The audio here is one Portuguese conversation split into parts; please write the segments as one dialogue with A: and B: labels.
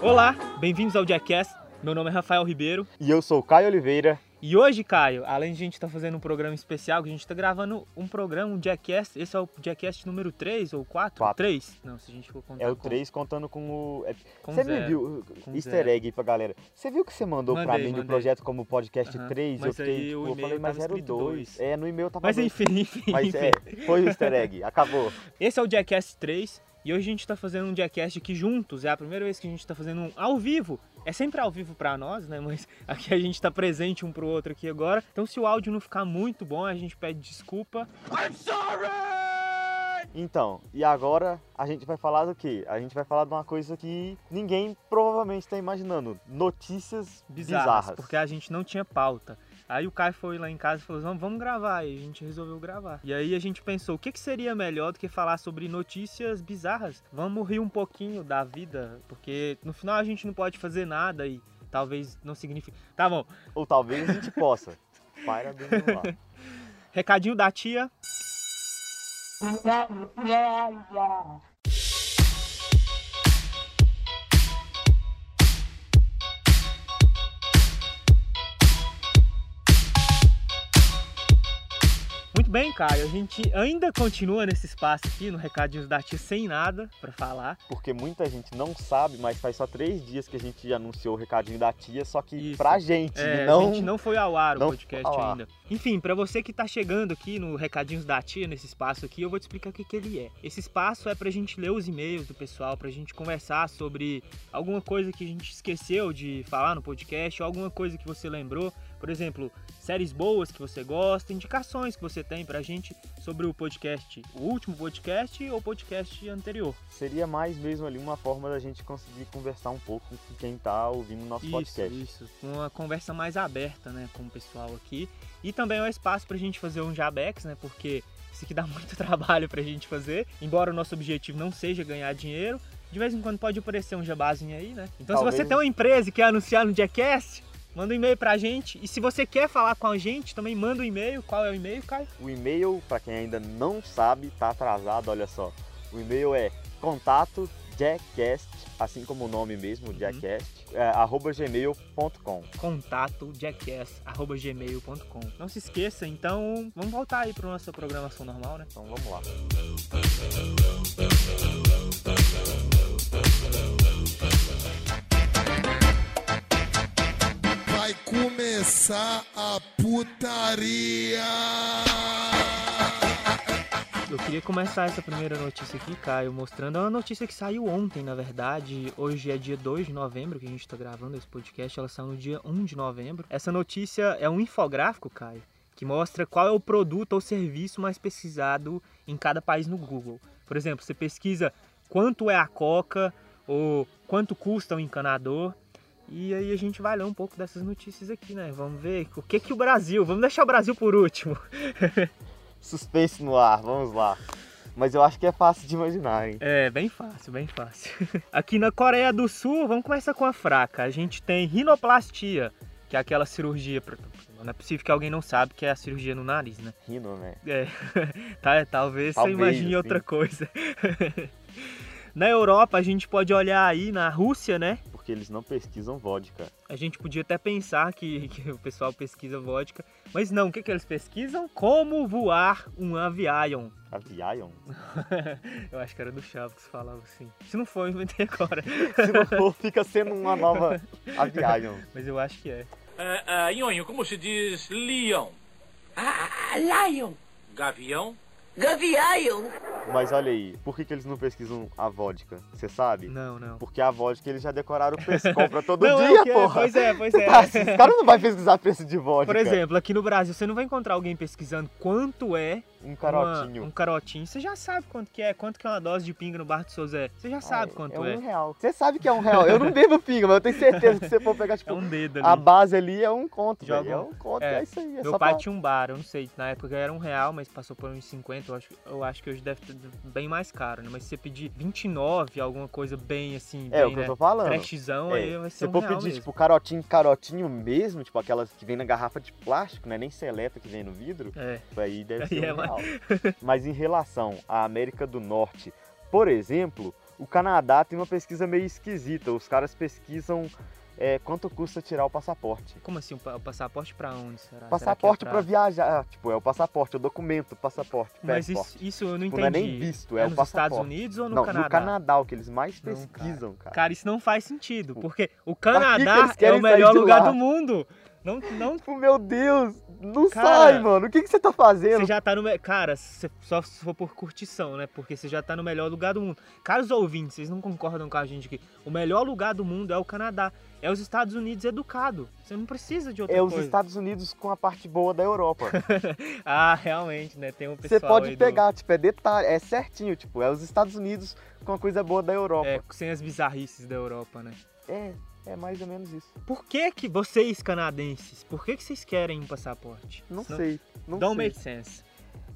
A: Olá, bem-vindos ao Jackass. Meu nome é Rafael Ribeiro.
B: E eu sou o Caio Oliveira.
A: E hoje, Caio, além de a gente estar fazendo um programa especial, que a gente está gravando um programa, um Jackass. Esse é o Jackass número 3 ou 4?
B: Quatro.
A: 3? Não, se a gente for contar
B: É o
A: Tá com-
B: 3 contando com o. é-
A: com
B: Você
A: zero.
B: me viu,
A: com
B: easter
A: zero.
B: egg pra galera. Você viu que você mandou pra
A: Mandei,
B: mim
A: mandei.
B: do projeto como podcast
A: Aham,
B: 3?
A: mas
B: eu fiquei,
A: aí o
B: tipo, eu
A: e-mail
B: falei, mas
A: tava
B: era o
A: escrito
B: 2.
A: dois.
B: É, no e-mail tava
A: Mas
B: dois.
A: enfim, enfim,
B: Mas
A: enfim.
B: é, foi o easter egg, acabou.
A: Esse é o Jackass 3 e hoje a gente está fazendo um Jackass aqui juntos. É a primeira vez que a gente está fazendo um ao vivo. É sempre ao vivo para nós, né? Mas aqui a gente está presente um pro outro aqui agora. Então se o áudio não ficar muito bom, a gente pede desculpa.
B: Então, e agora a gente vai falar do quê? A gente vai falar de uma coisa que ninguém provavelmente tá imaginando. Notícias
A: Bizarras,
B: bizarras.
A: porque a gente não tinha pauta. Aí o Caio foi lá em casa e falou: vamos, vamos gravar. E a gente resolveu gravar. E aí a gente pensou: o que, que seria melhor do que falar sobre notícias bizarras? Vamos rir um pouquinho da vida, porque no final a gente não pode fazer nada e talvez não signifique. Tá bom,
B: Ou talvez a gente possa. Para do meu lado.
A: recadinho da tia. Muito bem, Caio. A gente ainda continua nesse espaço aqui, no Recadinhos da Tia, sem nada pra falar.
B: Porque muita gente não sabe, mas faz só três dias que a gente anunciou o recadinho da tia, só que
A: Isso.
B: pra gente, né?
A: É,
B: não...
A: A gente não foi ao ar o
B: não
A: podcast
B: foi ao ar.
A: ainda. Enfim, pra você que tá chegando aqui no Recadinhos da Tia, nesse espaço aqui, eu vou te explicar o que, que ele é. Esse espaço é pra gente ler os e-mails do pessoal, pra gente conversar sobre alguma coisa que a gente esqueceu de falar no podcast, ou alguma coisa que você lembrou. Por exemplo, séries boas que você gosta, indicações que você tem pra gente sobre o podcast, o último podcast ou podcast anterior.
B: Seria mais mesmo ali uma forma da gente conseguir conversar um pouco com quem tá ouvindo o nosso podcast.
A: Isso, isso. Uma conversa mais aberta, né, com o pessoal aqui. E também é um espaço pra gente fazer um jabex, né, porque isso aqui dá muito trabalho pra gente fazer. Embora o nosso objetivo não seja ganhar dinheiro, de vez em quando pode aparecer um jabazinho aí, né? Então se
B: Talvez.
A: você tem uma empresa e quer anunciar no Jackass, manda um e-mail pra gente. E se você quer falar com a gente, também manda um e-mail. Qual é o e-mail, Caio?
B: O e-mail, pra quem ainda não sabe, tá atrasado, olha só. O e-mail é contato jackcast, assim como o nome mesmo,
A: Uhum.
B: jackcast, é, arroba gmail.com.
A: Contato jackass@gmail.com. Não se esqueça, então, vamos voltar aí pra nossa programação normal, né?
B: Então vamos lá.
C: Vai começar a putaria!
A: Eu queria começar essa primeira notícia aqui, Caio, mostrando uma notícia que saiu ontem, na verdade. Hoje é dia 2 de novembro que a gente está gravando esse podcast, ela saiu no dia 1 de novembro. Essa notícia é um infográfico, Caio, que mostra qual é o produto ou serviço mais pesquisado em cada país no Google. Por exemplo, você pesquisa quanto é a coca ou quanto custa o encanador. E aí a gente vai ler um pouco dessas notícias aqui, né? Vamos ver o que que o Brasil... Vamos deixar o Brasil por último.
B: Suspense no ar, vamos lá. Mas eu acho que é fácil de imaginar, hein?
A: É, bem fácil, bem fácil. Aqui na Coreia do Sul, vamos começar com a fraca. A gente tem rinoplastia, que é aquela cirurgia. pra- Não é possível que alguém não sabe que é a cirurgia no nariz, né?
B: Rino, né?
A: É, tá- talvez, você
B: Talvez,
A: imagine
B: sim.
A: outra coisa. na Europa, a gente pode olhar aí na Rússia, né?
B: Porque eles não pesquisam vodka.
A: A gente podia até pensar que, que o pessoal pesquisa vodka, mas não, o que, que eles pesquisam? Como voar um avião.
B: Avião?
A: Eu acho que era do Chaves que falava assim. Se não for, eu inventei agora.
B: Se não for, fica sendo uma nova avião.
A: Mas eu acho que é.
D: Ah, ah, Nhonho, como se diz leão?
E: Ah, Lion!
D: Gavião?
E: Gavião!
B: Mas olha aí, por que, que eles não pesquisam a vodka? Você sabe?
A: Não, não.
B: Porque a vodka eles já decoraram o preço. Compra todo
A: Não, é
B: dia,
A: o que é,
B: porra.
A: Pois é, pois
B: Você tá assim,
A: é.
B: Os caras não vão pesquisar preço de vodka.
A: Por exemplo, aqui no Brasil, você não vai encontrar alguém pesquisando quanto é
B: Um
A: uma-
B: carotinho.
A: um carotinho. Você já sabe quanto que é, quanto que é uma dose de pinga no Bar do Sozé. Você já sabe
B: Ah,
A: quanto
B: é
A: é.
B: um real. Você sabe que é um real. Eu não bebo pinga, mas eu tenho certeza que se você for pegar, tipo,
A: É um dedo
B: a
A: ali.
B: base ali é um conto,
A: Joga
B: velho. É
A: um-
B: um conto,
A: é.
B: é, isso aí. É
A: Meu
B: só
A: pai
B: pra-
A: tinha um bar, eu não sei, na época era um real, mas passou por uns 50, eu acho, eu acho que hoje deve estar bem mais caro, né? Mas se você pedir 29, alguma coisa bem assim,
B: É o
A: bem,
B: que eu
A: né?
B: tô falando.
A: Trashzão, aí vai
B: É,
A: ser
B: se
A: um
B: for
A: real
B: pedir,
A: mesmo.
B: tipo, carotinho, carotinho mesmo, tipo aquelas que vem na garrafa de plástico, né? Nem seleta que vem no vidro,
A: É,
B: Tipo, aí deve
A: Aí
B: ser
A: é
B: um
A: mais-
B: real. Mas em relação à América do Norte, por exemplo, O Canadá tem uma pesquisa meio esquisita. Os caras pesquisam é, quanto custa tirar o passaporte.
A: Como assim? O pa- o passaporte pra onde será?
B: Passaporte
A: Será
B: pra
A: que é
B: viajar, tipo, é o passaporte, é o documento, passaporte,
A: Mas
B: passaporte.
A: isso, isso eu não entendi.
B: Tipo, não é nem visto, é o
A: nos
B: passaporte.
A: Estados Unidos ou no
B: não,
A: Canadá?
B: no Canadá, o que eles mais
A: Não,
B: pesquisam, cara.
A: Cara, isso não faz sentido, porque o
B: que
A: Canadá
B: eles
A: é
B: querem
A: o melhor
B: sair de
A: lugar
B: lá?
A: do mundo. Não, não,
B: Tipo, meu Deus, não
A: Cara,
B: sai, mano. O que, que você tá fazendo?
A: você já tá no. me- Cara, se- só se for por curtição, né? Porque você já tá no melhor lugar do mundo. Caros ouvintes, vocês não concordam com a gente aqui. O melhor lugar do mundo é o Canadá. É os Estados Unidos educado. Você não precisa de outra
B: É os
A: coisa.
B: Estados Unidos com a parte boa da Europa.
A: Ah, realmente, né? Tem um pessoal.
B: Você pode
A: aí do-
B: pegar, tipo, é detalhe, é certinho, tipo, é os Estados Unidos com a coisa boa da Europa.
A: É, sem as bizarrices da Europa, né?
B: É, é mais ou menos isso.
A: Por que que vocês, canadenses, por que que vocês querem um passaporte?
B: Não
A: Isso
B: sei, não
A: Don't
B: sei.
A: make sense.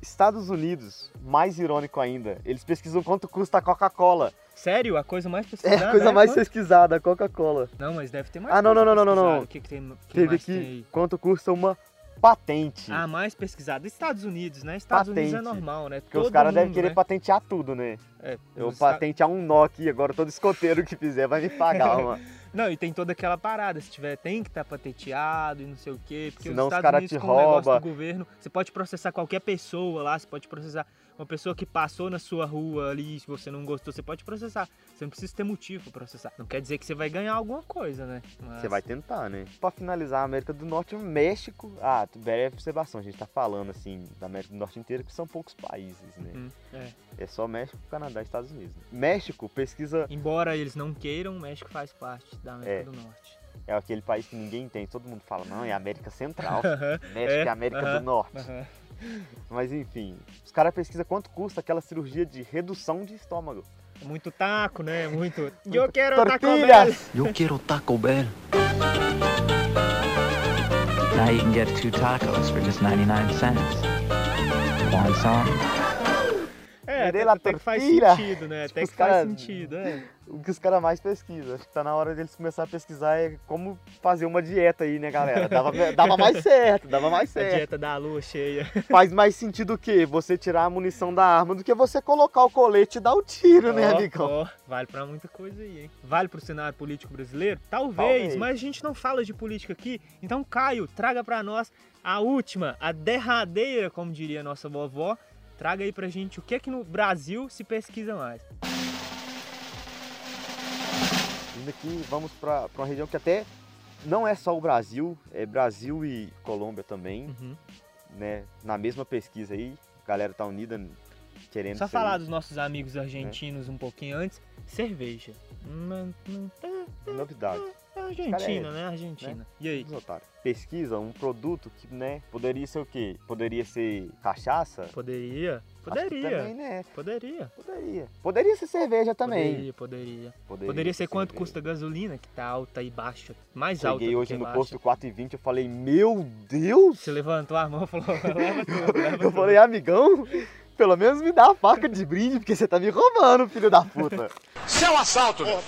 B: Estados Unidos, mais irônico ainda, eles pesquisam quanto custa a Coca-Cola.
A: Sério? A coisa mais
B: É
A: pesquisada
B: a coisa
A: né?
B: mais
A: Quanto-
B: pesquisada, a Coca-Cola.
A: Não, mas deve ter mais.
B: Ah, não,
A: coisa
B: não, não, não, não,
A: pesquisada.
B: não.
A: O que, que tem, o que
B: Teve
A: mais tem
B: aqui
A: aí?
B: quanto custa uma patente.
A: Ah, mais pesquisado. Estados Unidos, né? Estados Unidos é
B: Patente.
A: normal, né?
B: Porque os
A: Todo
B: caras devem
A: mundo,
B: querer
A: né?
B: patentear tudo, né?
A: É,
B: Eu
A: os Estados-
B: patentear um nó aqui agora, todo escoteiro que fizer vai me pagar, mano.
A: Não, e tem toda aquela parada. Se tiver, tem que estar patenteado e não sei o quê. Porque
B: Senão
A: os
B: os
A: Estados
B: cara
A: Unidos,
B: te
A: com o negócio
B: rouba.
A: do governo, você pode processar qualquer pessoa lá. Você pode processar uma pessoa que passou na sua rua ali. Se você não gostou, você pode processar. Você não precisa ter motivo pra processar. Não quer dizer que você vai ganhar alguma coisa, né? Mas-
B: Você vai tentar, né? Pra finalizar, a América do Norte e o México. Ah, tu- breve observação, a gente tá falando assim da América do Norte inteira, que são poucos países, né?
A: Uhum, é.
B: É só México, Canadá e Estados Unidos. né? México pesquisa
A: Embora eles não queiram, o México faz parte da América
B: É.
A: do Norte.
B: é aquele país que ninguém entende, todo mundo fala, não, é América Central.
A: Aham,
B: México
A: É,
B: é, América
A: aham,
B: do Norte.
A: aham.
B: Mas enfim, os caras pesquisam quanto custa aquela cirurgia de redução de estômago.
A: Muito taco, né? Muito. Eu quero taco Bell.
B: Tortilhas!
F: Eu quero Taco Bell. Now you can get two tacos for just 99 cents. One song.
A: É,
B: Me dê
A: até,
B: lá
A: até que faz
B: tortilha.
A: sentido, né? Até
B: Os
A: que faz
B: caras-
A: sentido, é.
B: O que os caras mais pesquisam. Acho que tá na hora deles começar a pesquisar é como fazer uma dieta aí, né, galera? Dava, dava mais certo, dava mais
A: A
B: certo.
A: dieta da lua cheia.
B: Faz mais sentido o quê? Você tirar a munição da arma do que você colocar o colete e dar o tiro, né,
A: Ó,
B: amigão?
A: ó, vale pra muita coisa aí, hein? Vale pro cenário político brasileiro? Talvez,
B: Talvez.
A: mas a gente não fala de política aqui. Então, Caio, traga pra nós a última, a derradeira, como diria a nossa vovó. Traga aí pra gente o que é que no Brasil se pesquisa mais.
B: Indo aqui, vamos pra, pra uma região que até não é só o Brasil, é Brasil e Colômbia também,
A: Uhum.
B: né? Na mesma pesquisa aí, a galera tá unida querendo um
A: Só
B: isso aí.
A: falar dos nossos
B: É.
A: amigos argentinos um pouquinho antes. Cerveja. Hum, hum,
B: novidade.
A: É Argentina,
B: Cara, é,
A: né? Argentina. E aí?
B: Dos otários. Pesquisa um produto que, né, poderia ser o quê? Poderia ser cachaça?
A: Poderia?
B: Acho que
A: Poderia.
B: Também, né?
A: Poderia.
B: Poderia. Poderia ser cerveja também.
A: Poderia, poderia. Poderia ser quanto custa a gasolina, que tá alta e baixa. Mais alta
B: Cheguei
A: do
B: hoje
A: que
B: no
A: baixa.
B: posto 4,20 eu falei, meu Deus!
A: Você né, levantou a mão e falou, leva tudo, leva
B: Eu
A: tudo.
B: falei, amigão, pelo menos me dá a faca de brinde, porque você tá me roubando, filho da puta.
G: Isso é um assalto, bicho.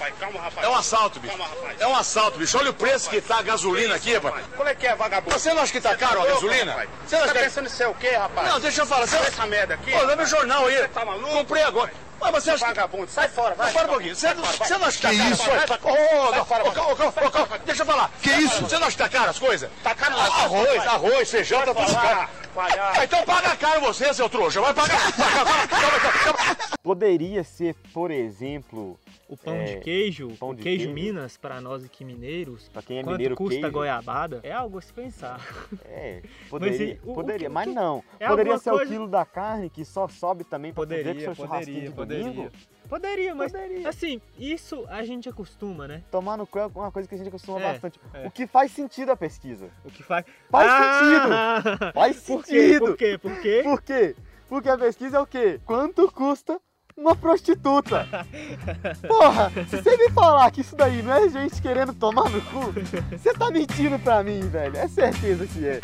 G: É um assalto, bicho. É um assalto, bicho. Olha o preço que tá a gasolina aqui, rapaz.
H: Qual é que é, vagabundo?
G: Você não acha que tá caro a gasolina? Você não acha que...
H: tá
G: é-
H: pensando em ser o quê, rapaz?
G: Não, deixa eu falar. Você...
H: essa merda aqui.
G: Pô, lê meu jornal aí.
H: tá maluco?
G: Comprei agora. Mas você acha que...
H: Vagabundo, sai fora, vai.
G: Para um pouquinho. Você não você não acha que tá
C: Que
G: caro as
C: isso?
G: coisas? Ô, ô,
H: Sai fora,
G: ô, ô, ô, ô, ô, ô, deixa eu falar. Que isso? Você não acha que tá caro as coisas?
H: Tá caro lá, vai,
G: Arroz,
H: vai.
G: arroz, feijão, tá tudo caro.
H: Palhaço.
G: Ah, Então paga caro você, seu trouxa. Vai pagar. Vai, vai, calma, calma, calma.
B: Poderia ser, por exemplo,
A: O pão de
B: É,
A: queijo,
B: pão
A: o
B: de
A: queijo
B: queijo.
A: Minas, pra nós aqui mineiros,
B: pra quem é
A: quanto
B: mineiro,
A: custa a
B: queijo,
A: goiabada, é algo a se pensar.
B: É, poderia,
A: e o- o
B: poderia,
A: que-
B: mas
A: o que-
B: não.
A: é
B: poderia
A: alguma
B: ser
A: coisa-
B: o quilo da carne que só sobe também pra poder com
A: Poderia,
B: seu churrasquinho
A: poderia,
B: de
A: poderia.
B: domingo.
A: Poderia, mas
B: Poderia.
A: assim, isso a gente acostuma, né?
B: Tomar no cu é uma coisa que a gente costuma
A: É,
B: bastante.
A: é.
B: O que faz sentido a pesquisa.
A: O que faz...
B: Faz
A: ah!
B: Faz
A: Por quê? Por
B: sentido.
A: quê? Por quê?
B: Por quê? Porque a pesquisa é o quê? Quanto custa uma prostituta? Porra, se você me falar que isso daí não é gente querendo tomar no cu, você tá mentindo pra mim, velho. É certeza que é.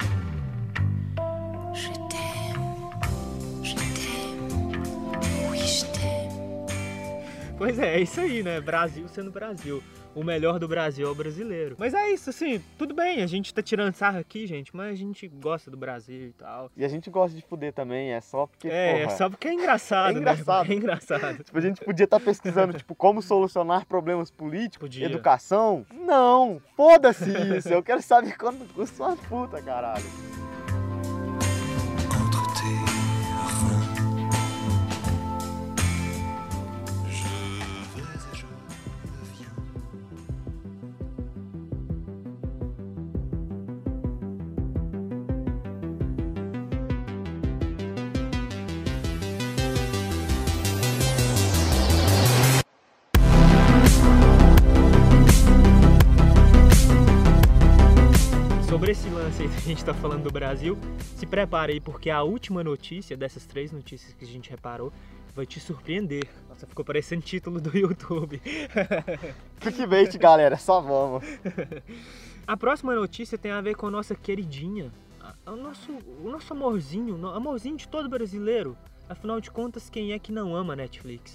A: Pois é, é isso aí, né? Brasil sendo Brasil. o melhor do Brasil é o brasileiro. Mas é isso, assim, tudo bem, a gente tá tirando sarro aqui, gente, mas a gente gosta do Brasil e tal.
B: E a gente gosta de fuder também, é só porque.
A: É, é
B: porra,
A: só porque é engraçado.
B: É
A: né?
B: engraçado.
A: É engraçado.
B: Tipo, a gente podia estar pesquisando, tipo, como solucionar problemas políticos,
A: Podia.
B: educação. Não, foda-se isso. Eu quero saber quanto custa uma puta, caralho.
C: Entre tes reins, je vais et je viens.
A: Sobre esse lance aí que a gente tá falando do Brasil, se prepare aí, porque a última notícia dessas três notícias que a gente reparou vai te surpreender. Nossa, ficou parecendo título do YouTube.
B: Clickbait, galera, só vamos.
A: A próxima notícia tem a ver com a nossa queridinha, a- a- o nosso, o nosso amorzinho, o amorzinho de todo brasileiro. Afinal de contas, quem é que não ama a Netflix?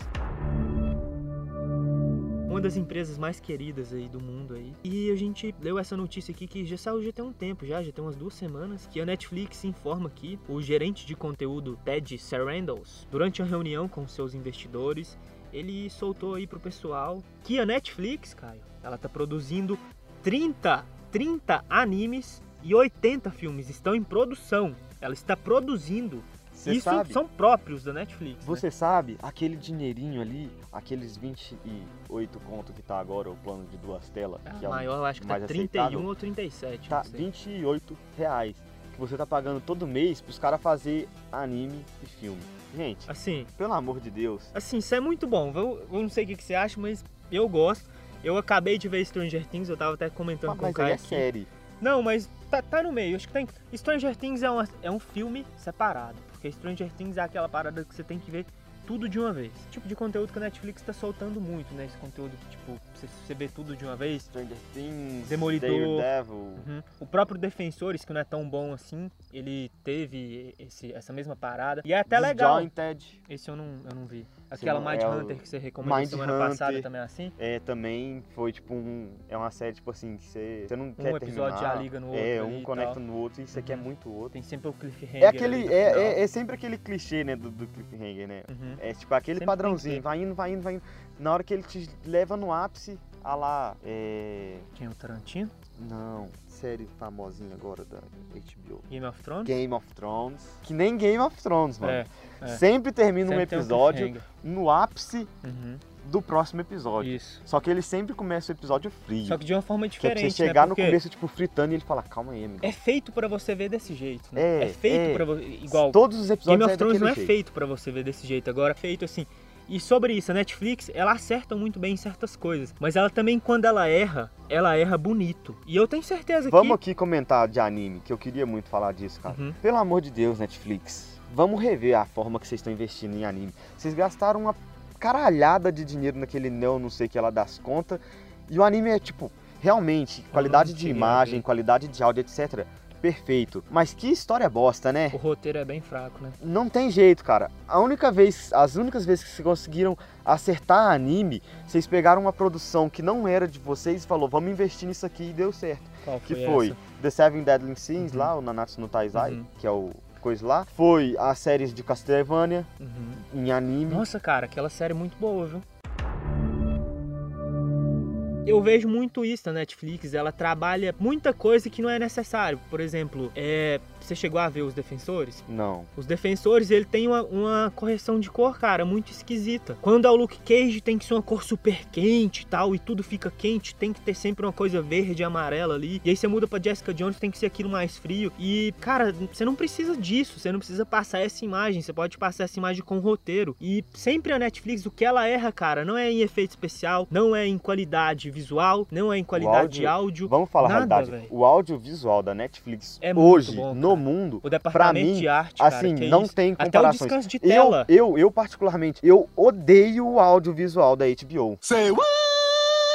A: Uma das empresas mais queridas aí do mundo aí. E a gente leu essa notícia aqui que já saiu já tem um tempo já, já tem umas duas semanas, que a Netflix informa que o gerente de conteúdo Ted Sarandos, durante a reunião com seus investidores, ele soltou aí pro pessoal que a Netflix, Caio, ela tá produzindo 30, 30 animes e 80 filmes estão em produção. Ela está produzindo.
B: Você
A: Isso
B: sabe?
A: são próprios da Netflix. né?
B: Você sabe, aquele dinheirinho ali, aqueles 28 conto que tá agora o plano de duas telas,
A: Ah,
B: que é o
A: maior, eu acho que tá
B: mais
A: 31
B: aceitável,
A: ou 37.
B: tá
A: não sei.
B: 28 reais. Que você tá pagando todo mês pros caras fazer anime e filme. Gente,
A: Assim,
B: pelo amor de Deus.
A: assim, isso é muito bom. Eu, eu não sei o que, que você acha, mas eu gosto. Eu acabei de ver Stranger Things, eu tava até comentando com o
B: mas
A: Caio
B: aí é
A: aqui.
B: série.
A: Não, mas tá, tá no meio. Acho que tem. Stranger Things é, uma- é um filme separado. Porque Stranger Things é aquela parada que você tem que ver tudo de uma vez. Tipo de conteúdo que a Netflix tá soltando muito, né? Esse conteúdo que, tipo, você, você vê tudo de uma vez.
B: Stranger Things,
A: Demolidor.
B: Daredevil.
A: Uhum. O próprio Defensores, que não é tão bom assim, ele teve esse- essa mesma parada. E é até legal.
B: Disjointed.
A: Esse eu não, eu não vi. Aquela
B: não- é
A: Mind
B: o
A: Hunter que você recomendou semana
B: Mindhunter.
A: passada também é assim.
B: É, também foi tipo um. É uma série, tipo assim, que você, você não quer
A: Um episódio já
B: terminar.
A: liga no outro.
B: É,
A: ali
B: um
A: e
B: conecta
A: tal. Uhum.
B: no outro e você quer muito o outro.
A: Tem sempre o cliffhanger.
B: É,
A: ali
B: aquele,
A: no
B: é,
A: final.
B: é- é sempre aquele clichê, né, do, do cliffhanger, né?
A: Uhum.
B: É tipo aquele
A: Sempre tem que ter.
B: padrãozinho, vai indo, vai indo, vai indo. Na hora que ele te leva no ápice, a lá, é...
A: Quem é o Tarantino?
B: Não, série famosinha agora da HBO.
A: Game of Thrones?
B: Game of Thrones. Que nem Game of Thrones, mano.
A: Hum? É, é.
B: Sempre termina um
A: Sempre tem
B: episódio
A: cliffhanger.
B: no ápice
A: Uhum,
B: do próximo episódio.
A: Isso.
B: Só que ele sempre começa o episódio frio.
A: Só que de uma forma
B: Que é pra
A: diferente.
B: você chegar
A: né?
B: no
A: Porque
B: começo, tipo, fritando e ele fala, calma aí, amigo.
A: É feito pra você ver desse jeito. Né?
B: É,
A: feito
B: é.
A: pra você. Igual.
B: Todos os
A: Game
B: episódios
A: of
B: é
A: Thrones
B: daquele
A: não é
B: jeito.
A: feito pra você ver desse jeito. Agora, é feito assim. E sobre isso, a Netflix, ela acerta muito bem em certas coisas. Mas ela também, quando ela erra, ela erra bonito. E eu tenho certeza
B: Vamos
A: que.
B: aqui comentar de anime, que eu queria muito falar disso, cara.
A: Uhum.
B: Pelo amor de Deus, Netflix. Vamos rever a forma que vocês estão investindo em anime. Vocês gastaram uma caralhada de dinheiro naquele não, não sei o que lá das contas. E o anime é tipo, realmente, qualidade de
A: cheguei a
B: imagem,
A: ver.
B: qualidade de áudio, etc. Perfeito. Mas que história bosta, né?
A: O roteiro é bem fraco, né?
B: Não tem jeito, cara. A única vez, as únicas vezes que vocês conseguiram acertar anime, vocês pegaram uma produção que não era de vocês e falou, vamos investir nisso aqui e deu certo.
A: Qual
B: Que
A: foi?
B: foi
A: essa?
B: The Seven Deadly Sins,
A: Uhum.
B: lá, o Nanatsu no Taizai,
A: Uhum.
B: que é o coisa lá. Foi as séries de Castlevania
A: Uhum.
B: em anime.
A: Nossa, cara, aquela série é muito boa, viu? Eu vejo muito isso na Netflix, ela trabalha muita coisa que não é necessário. Por exemplo, é, você chegou a ver Os Defensores?
B: Não.
A: Os Defensores, ele tem uma, uma correção de cor, cara, muito esquisita. Quando é o Luke Cage, tem que ser uma cor super quente e tal, e tudo fica quente, tem que ter sempre uma coisa verde e amarela ali. E aí você muda pra Jessica Jones, tem que ser aquilo mais frio. E, cara, você não precisa disso, você não precisa passar essa imagem, você pode passar essa imagem com roteiro. E sempre a Netflix, o que ela erra, cara, não é em efeito especial, não é em qualidade visual, não é em qualidade de áudio.
B: Vamos falar
A: nada,
B: a realidade.
A: véio.
B: O audiovisual da Netflix
A: É muito
B: hoje,
A: bom,
B: no
A: cara.
B: mundo,
A: O departamento
B: mim,
A: de arte, cara,
B: assim,
A: que é
B: não
A: isso.
B: tem
A: Até o
B: comparações.
A: descanso de
B: eu,
A: tela.
B: eu, eu particularmente, eu odeio o audiovisual da HBO.
C: Say what?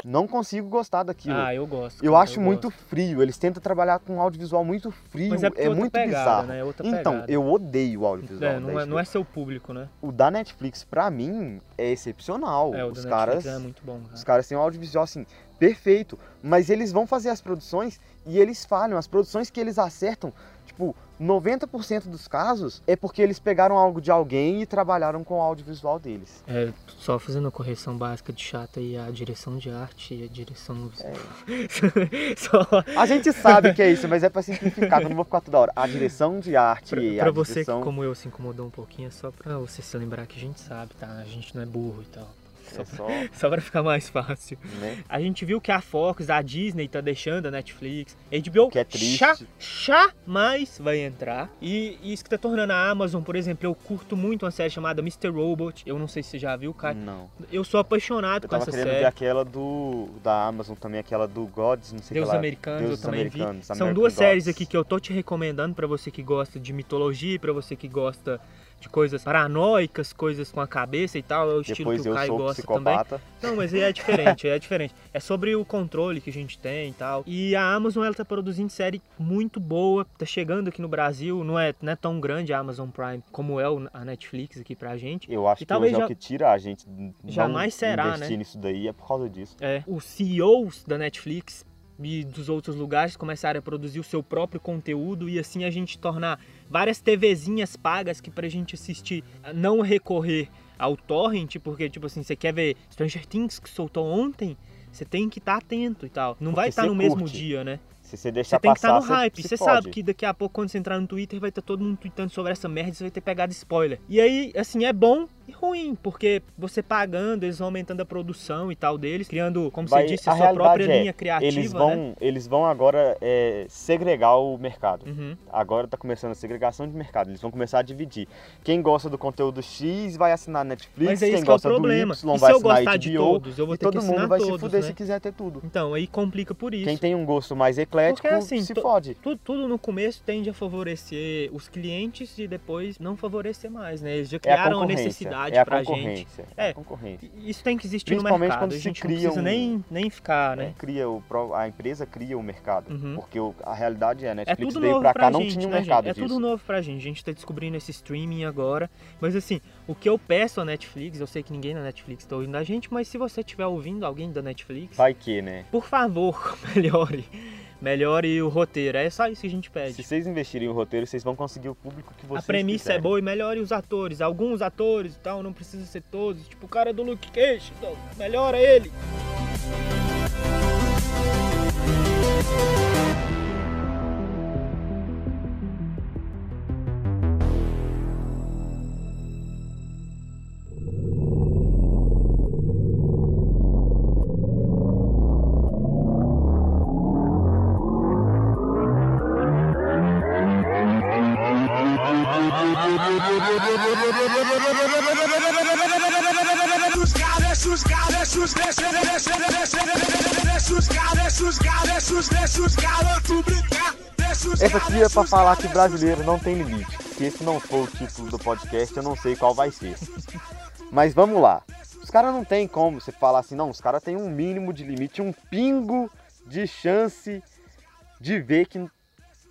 B: Não consigo gostar daquilo.
A: Ah, eu gosto.
B: eu
A: cara,
B: acho muito
A: gosto.
B: frio. Eles tentam trabalhar com um audiovisual muito frio.
A: Mas é porque é outra
B: muito
A: pegada,
B: bizarro.
A: né? É outra
B: Então,
A: pegada.
B: eu odeio o audiovisual.
A: É, não,
B: da
A: é, não é
B: HBO.
A: seu público, né?
B: O da Netflix, pra mim, é excepcional.
A: É, o
B: Os
A: da
B: caras.
A: Netflix é muito bom. cara.
B: Os caras têm um audiovisual assim, perfeito. Mas eles vão fazer as produções e eles falham. As produções que eles acertam, tipo, 90% dos casos é porque eles pegaram algo de alguém e trabalharam com o audiovisual deles.
A: É, só fazendo a correção básica de chata e a direção de arte e a direção.
B: É.
A: só
B: A gente sabe que é isso, mas é pra simplificar, que eu não vou ficar toda hora. A direção de arte
A: pra,
B: e a
A: pra você
B: direção...
A: que, como eu, se incomodou um pouquinho, é só pra você se lembrar que a gente sabe, tá? A gente não é burro e tal. Só,
B: É
A: pra-
B: só,
A: só pra ficar mais fácil.
B: né?
A: A gente viu que a Fox, a Disney tá deixando a Netflix, HBO
B: Que é triste.
A: chá, chá mais vai entrar. E, e isso que tá tornando a Amazon, por exemplo, eu curto muito uma série chamada Mr. Robot. Eu não sei se você já viu, cara.
B: Não.
A: Eu sou apaixonado
B: Hum. Eu
A: com
B: tava
A: essa
B: querendo
A: série.
B: ver aquela do... Da Amazon também, aquela do Gods, não sei o que
A: Deus
B: lá.
A: Americanos,
B: Deuses
A: eu também
B: Americanos,
A: vi. São
B: American
A: duas séries
B: Gods.
A: aqui que eu tô te recomendando pra você que gosta de mitologia, e pra você que gosta de coisas paranoicas, coisas com a cabeça e tal. É o estilo
B: Depois
A: que o
B: eu
A: Caio
B: sou
A: gosta também.
B: psicopata.
A: Não, mas aí é diferente, é diferente. É sobre o controle que a gente tem e tal. E a Amazon, ela tá produzindo série muito boa, tá chegando aqui no Brasil. Não é, não é tão grande a Amazon Prime como é o- a Netflix aqui pra gente.
B: Eu acho
A: E
B: que
A: talvez
B: hoje é
A: já-
B: o que tira a gente
A: Jamais
B: não
A: será,
B: investir
A: né?
B: nisso daí é por causa disso.
A: É, os CEOs da Netflix e dos outros lugares começaram a produzir o seu próprio conteúdo e assim a gente tornar várias TVzinhas pagas que pra gente assistir, eh, não recorrer ao torrent, porque tipo assim, você quer ver Stranger Things que soltou ontem, você tem que estar atento e tal. Não vai
B: Porque
A: estar
B: você
A: no mesmo
B: curte.
A: dia, né?
B: Se você
A: Você
B: deixar
A: tem que estar
B: passar,
A: no hype.
B: você,
A: Você
B: se
A: sabe
B: fode.
A: que daqui a pouco, quando você entrar no Twitter, vai estar todo mundo tweetando sobre essa merda e você vai ter pegado spoiler. E aí, assim, é bom e ruim, porque você pagando, eles vão aumentando a produção e tal deles, criando, como
B: Vai-
A: você disse,
B: a
A: a, sua
B: realidade
A: própria
B: é,
A: linha criativa,
B: eles vão,
A: né?
B: eles vão agora é, segregar o mercado.
A: Uhum.
B: Agora tá começando a segregação de mercado. Eles vão começar a dividir. Quem gosta do conteúdo X vai assinar Netflix,
A: Mas é
B: quem
A: isso que é o
B: gosta
A: problema.
B: do Y
A: E
B: vai
A: se eu
B: assinar
A: gostar
B: HBO,
A: de todos, eu vou
B: e
A: ter que
B: todo mundo
A: assinar
B: vai se
A: todos,
B: fuder
A: né?
B: se quiser ter tudo.
A: Então, aí complica por isso.
B: Quem tem um gosto mais eclético
A: assim,
B: se
A: to-
B: fode.
A: Tudo, tudo no começo tende a favorecer os clientes e depois não favorecer mais, né? Eles já
B: É a
A: criaram a,
B: concorrência.
A: necessidade
B: é a
A: pra gente.
B: concorrência. É
A: É.
B: a concorrência.
A: Isso tem que existir no
B: Principalmente
A: mercado.
B: quando
A: a
B: se
A: gente
B: cria
A: não precisa
B: um-
A: nem, nem ficar, né?
B: né? Cria o, pró- a empresa cria o mercado.
A: Uhum.
B: Porque o- a realidade é, a
A: É
B: Netflix
A: tudo
B: veio
A: novo
B: pra
A: pra,
B: cá, não
A: gente,
B: tinha um
A: né,
B: mercado
A: gente? É
B: disso.
A: tudo novo pra gente. A gente tá descobrindo esse streaming agora. Mas assim, o que eu peço à Netflix, eu sei que ninguém na Netflix tá ouvindo a gente, mas se você estiver ouvindo alguém da Netflix,
B: Vai que, né?
A: por favor, melhore. Melhore o roteiro. É só isso que a gente pede.
B: Se vocês investirem o roteiro, vocês vão conseguir o público que
A: a
B: vocês
A: premissa é
B: quiserem.
A: boa e melhore os atores. Alguns atores e tal, não precisa ser todos. Tipo o cara do Luke Cage, então, melhora ele.
B: Essa aqui é pra falar que brasileiro não tem limite. Se esse não for o título do podcast, eu não sei qual vai ser. Mas vamos lá. Os caras não tem como você falar assim, não, os caras têm um mínimo de limite, um pingo de chance de ver que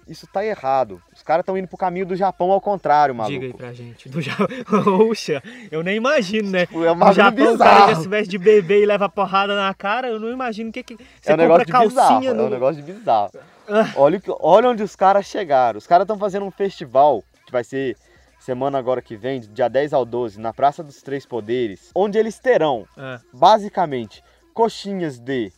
B: isso tá errado. Os caras estão indo pro caminho do Japão ao contrário, maluco.
A: Diga aí pra gente. Do Japão. Oxa, eu nem imagino, né?
B: É um
A: No
B: bagulho
A: Japão, o cara já
B: bizarro.
A: se veste de bebê e leva porrada na cara, eu não imagino o que que... Você
B: é um negócio
A: compra
B: de
A: calcinha
B: bizarro. É um
A: no...
B: negócio de bizarro.
A: Ah.
B: Olha, o que- olha onde os caras chegaram. Os caras estão fazendo um festival que vai ser semana agora que vem, de dia 10 ao 12, na Praça dos Três Poderes, onde eles terão,
A: Ah,
B: basicamente, coxinhas de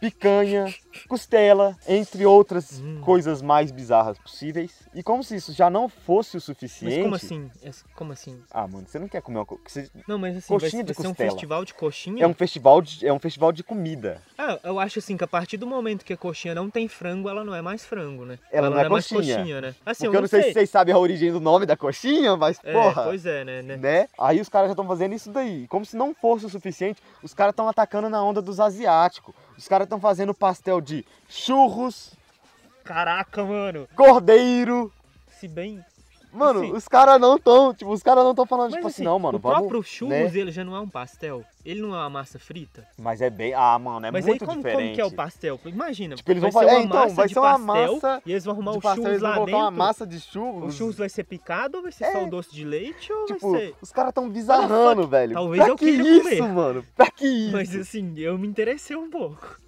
B: picanha, costela, entre outras
A: Hum.
B: coisas mais bizarras possíveis. E como se isso já não fosse o
A: mas
B: suficiente.
A: como assim? Es- Como assim?
B: Ah, mano, você não quer comer uma co- você-
A: Não, mas assim, vai,
B: Coxinha de
A: vai ser um
B: costela.
A: festival de coxinha?
B: É um festival de é um festival de comida.
A: Ah, eu acho assim, que a partir do momento que a coxinha não tem frango, ela não é mais frango, né?
B: Ela não é
A: mais
B: coxinha.
A: coxinha, né? Assim,
B: Porque
A: eu não sei.
B: se vocês sabem a origem do nome da coxinha, mas
A: É,
B: porra.
A: pois é, né? né?
B: né? Aí os caras já estão fazendo isso daí. Como se não fosse o suficiente, os caras estão atacando na onda dos asiáticos. Os caras estão fazendo pastel de churros,
A: Caraca, mano.
B: cordeiro,
A: Se bem...
B: Mano,
A: Assim.
B: os caras não tão, tipo, os caras não tão falando,
A: Mas
B: tipo
A: assim,
B: assim, não, mano,
A: o
B: vamos...
A: próprio churros,
B: né?
A: ele já não é um pastel. Ele não é uma massa frita.
B: Mas é bem, ah, mano, é
A: Mas aí
B: muito
A: como,
B: diferente.
A: como que é o pastel? Imagina,
B: Tipo, eles
A: vai
B: vão
A: ser
B: falar,
A: uma
B: é, então,
A: massa
B: vai
A: de
B: ser uma
A: pastel
B: massa
A: e eles vão arrumar
B: de
A: o
B: pastel,
A: churros
B: eles vão
A: lá
B: colocar
A: dentro.
B: uma massa de churros.
A: O churros vai ser picado ou vai ser
B: É.
A: só o doce de leite ou
B: Tipo,
A: vai ser...
B: os caras tão bizarrando, velho.
A: talvez
B: pra
A: eu
B: que
A: queira
B: isso,
A: comer.
B: mano? Pra que isso?
A: Mas assim, eu me interessei um pouco.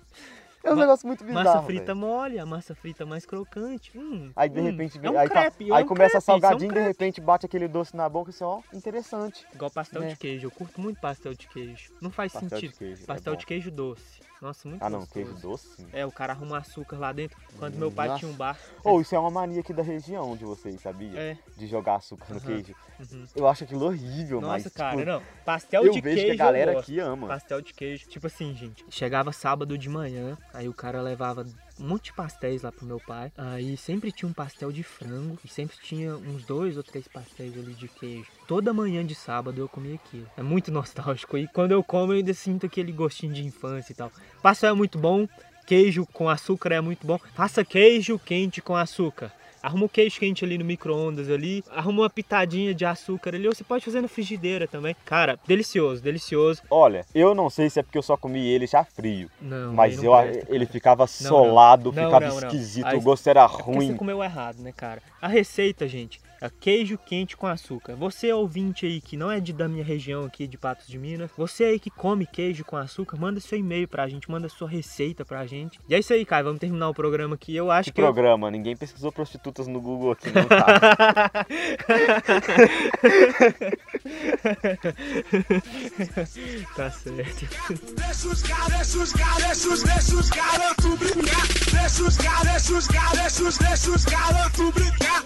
B: É um
A: ma-
B: negócio muito bizarro,
A: massa frita
B: velho.
A: mole, a massa frita mais crocante. Hum,
B: Aí de
A: hum,
B: repente
A: é um
B: aí, tá-
A: crepe, é
B: aí
A: um
B: começa
A: crepe, isso é um
B: salgadinho, de
A: crepe.
B: repente bate aquele doce na boca e assim, ó, interessante.
A: Igual pastel
B: né?
A: de queijo, eu curto muito pastel de queijo. Não faz
B: Pastel de
A: sentido.
B: queijo, é
A: pastel
B: bom.
A: de queijo doce. Nossa, muito
B: Ah não,
A: gostoso.
B: queijo doce.
A: É, o cara arruma açúcar lá dentro. Quando meu pai
B: Nossa.
A: tinha um bar.
B: Ou isso é uma mania aqui da região de vocês, sabia?
A: É.
B: De jogar açúcar no
A: Aham,
B: queijo.
A: uhum.
B: Eu acho aquilo horrível, mas
A: Nossa,
B: tipo,
A: cara, não. Pastel
B: eu
A: de
B: vejo
A: queijo. é
B: que a galera
A: eu gosto.
B: aqui ama.
A: Pastel de queijo. Tipo assim, gente. Chegava sábado de manhã, aí o cara levava um monte de pastéis lá pro meu pai. Aí sempre tinha um pastel de frango e sempre tinha uns dois ou três pastéis ali de queijo. Toda manhã de sábado eu comia aquilo. É muito nostálgico. E quando eu como, eu ainda sinto aquele gostinho de infância e tal. Pastel é muito bom, queijo com açúcar é muito bom. Faça queijo quente com açúcar. Arruma o queijo quente ali no micro-ondas ali, arruma uma pitadinha de açúcar ali, ou você pode fazer na frigideira também. Cara, delicioso, delicioso.
B: Olha, eu não sei se é porque eu só comi ele já frio,
A: Não, aí
B: mas
A: não
B: eu,
A: presta, cara.
B: ele ficava
A: não.
B: solado,
A: Não,
B: ficava
A: não, não.
B: esquisito,
A: Aí-
B: o gosto era
A: É porque você
B: ruim.
A: comeu errado, né, cara? A receita, gente, é queijo quente com açúcar. Você ouvinte aí que não é de, da minha região aqui, de Patos de Minas, você aí que come queijo com açúcar, manda seu e-mail pra gente, manda sua receita pra gente. E é isso aí, Caio, vamos terminar o programa aqui. Eu acho
B: Que
A: que... eu-
B: programa, ninguém pesquisou prostitutas no Google aqui, não, tá? cara.
A: tá certo.
C: Deixa os caras, deixa os caras, deixa os, deixa os garotos brincar. Deixa os caras, deixa os caras, deixa os, deixa os garotos brincar.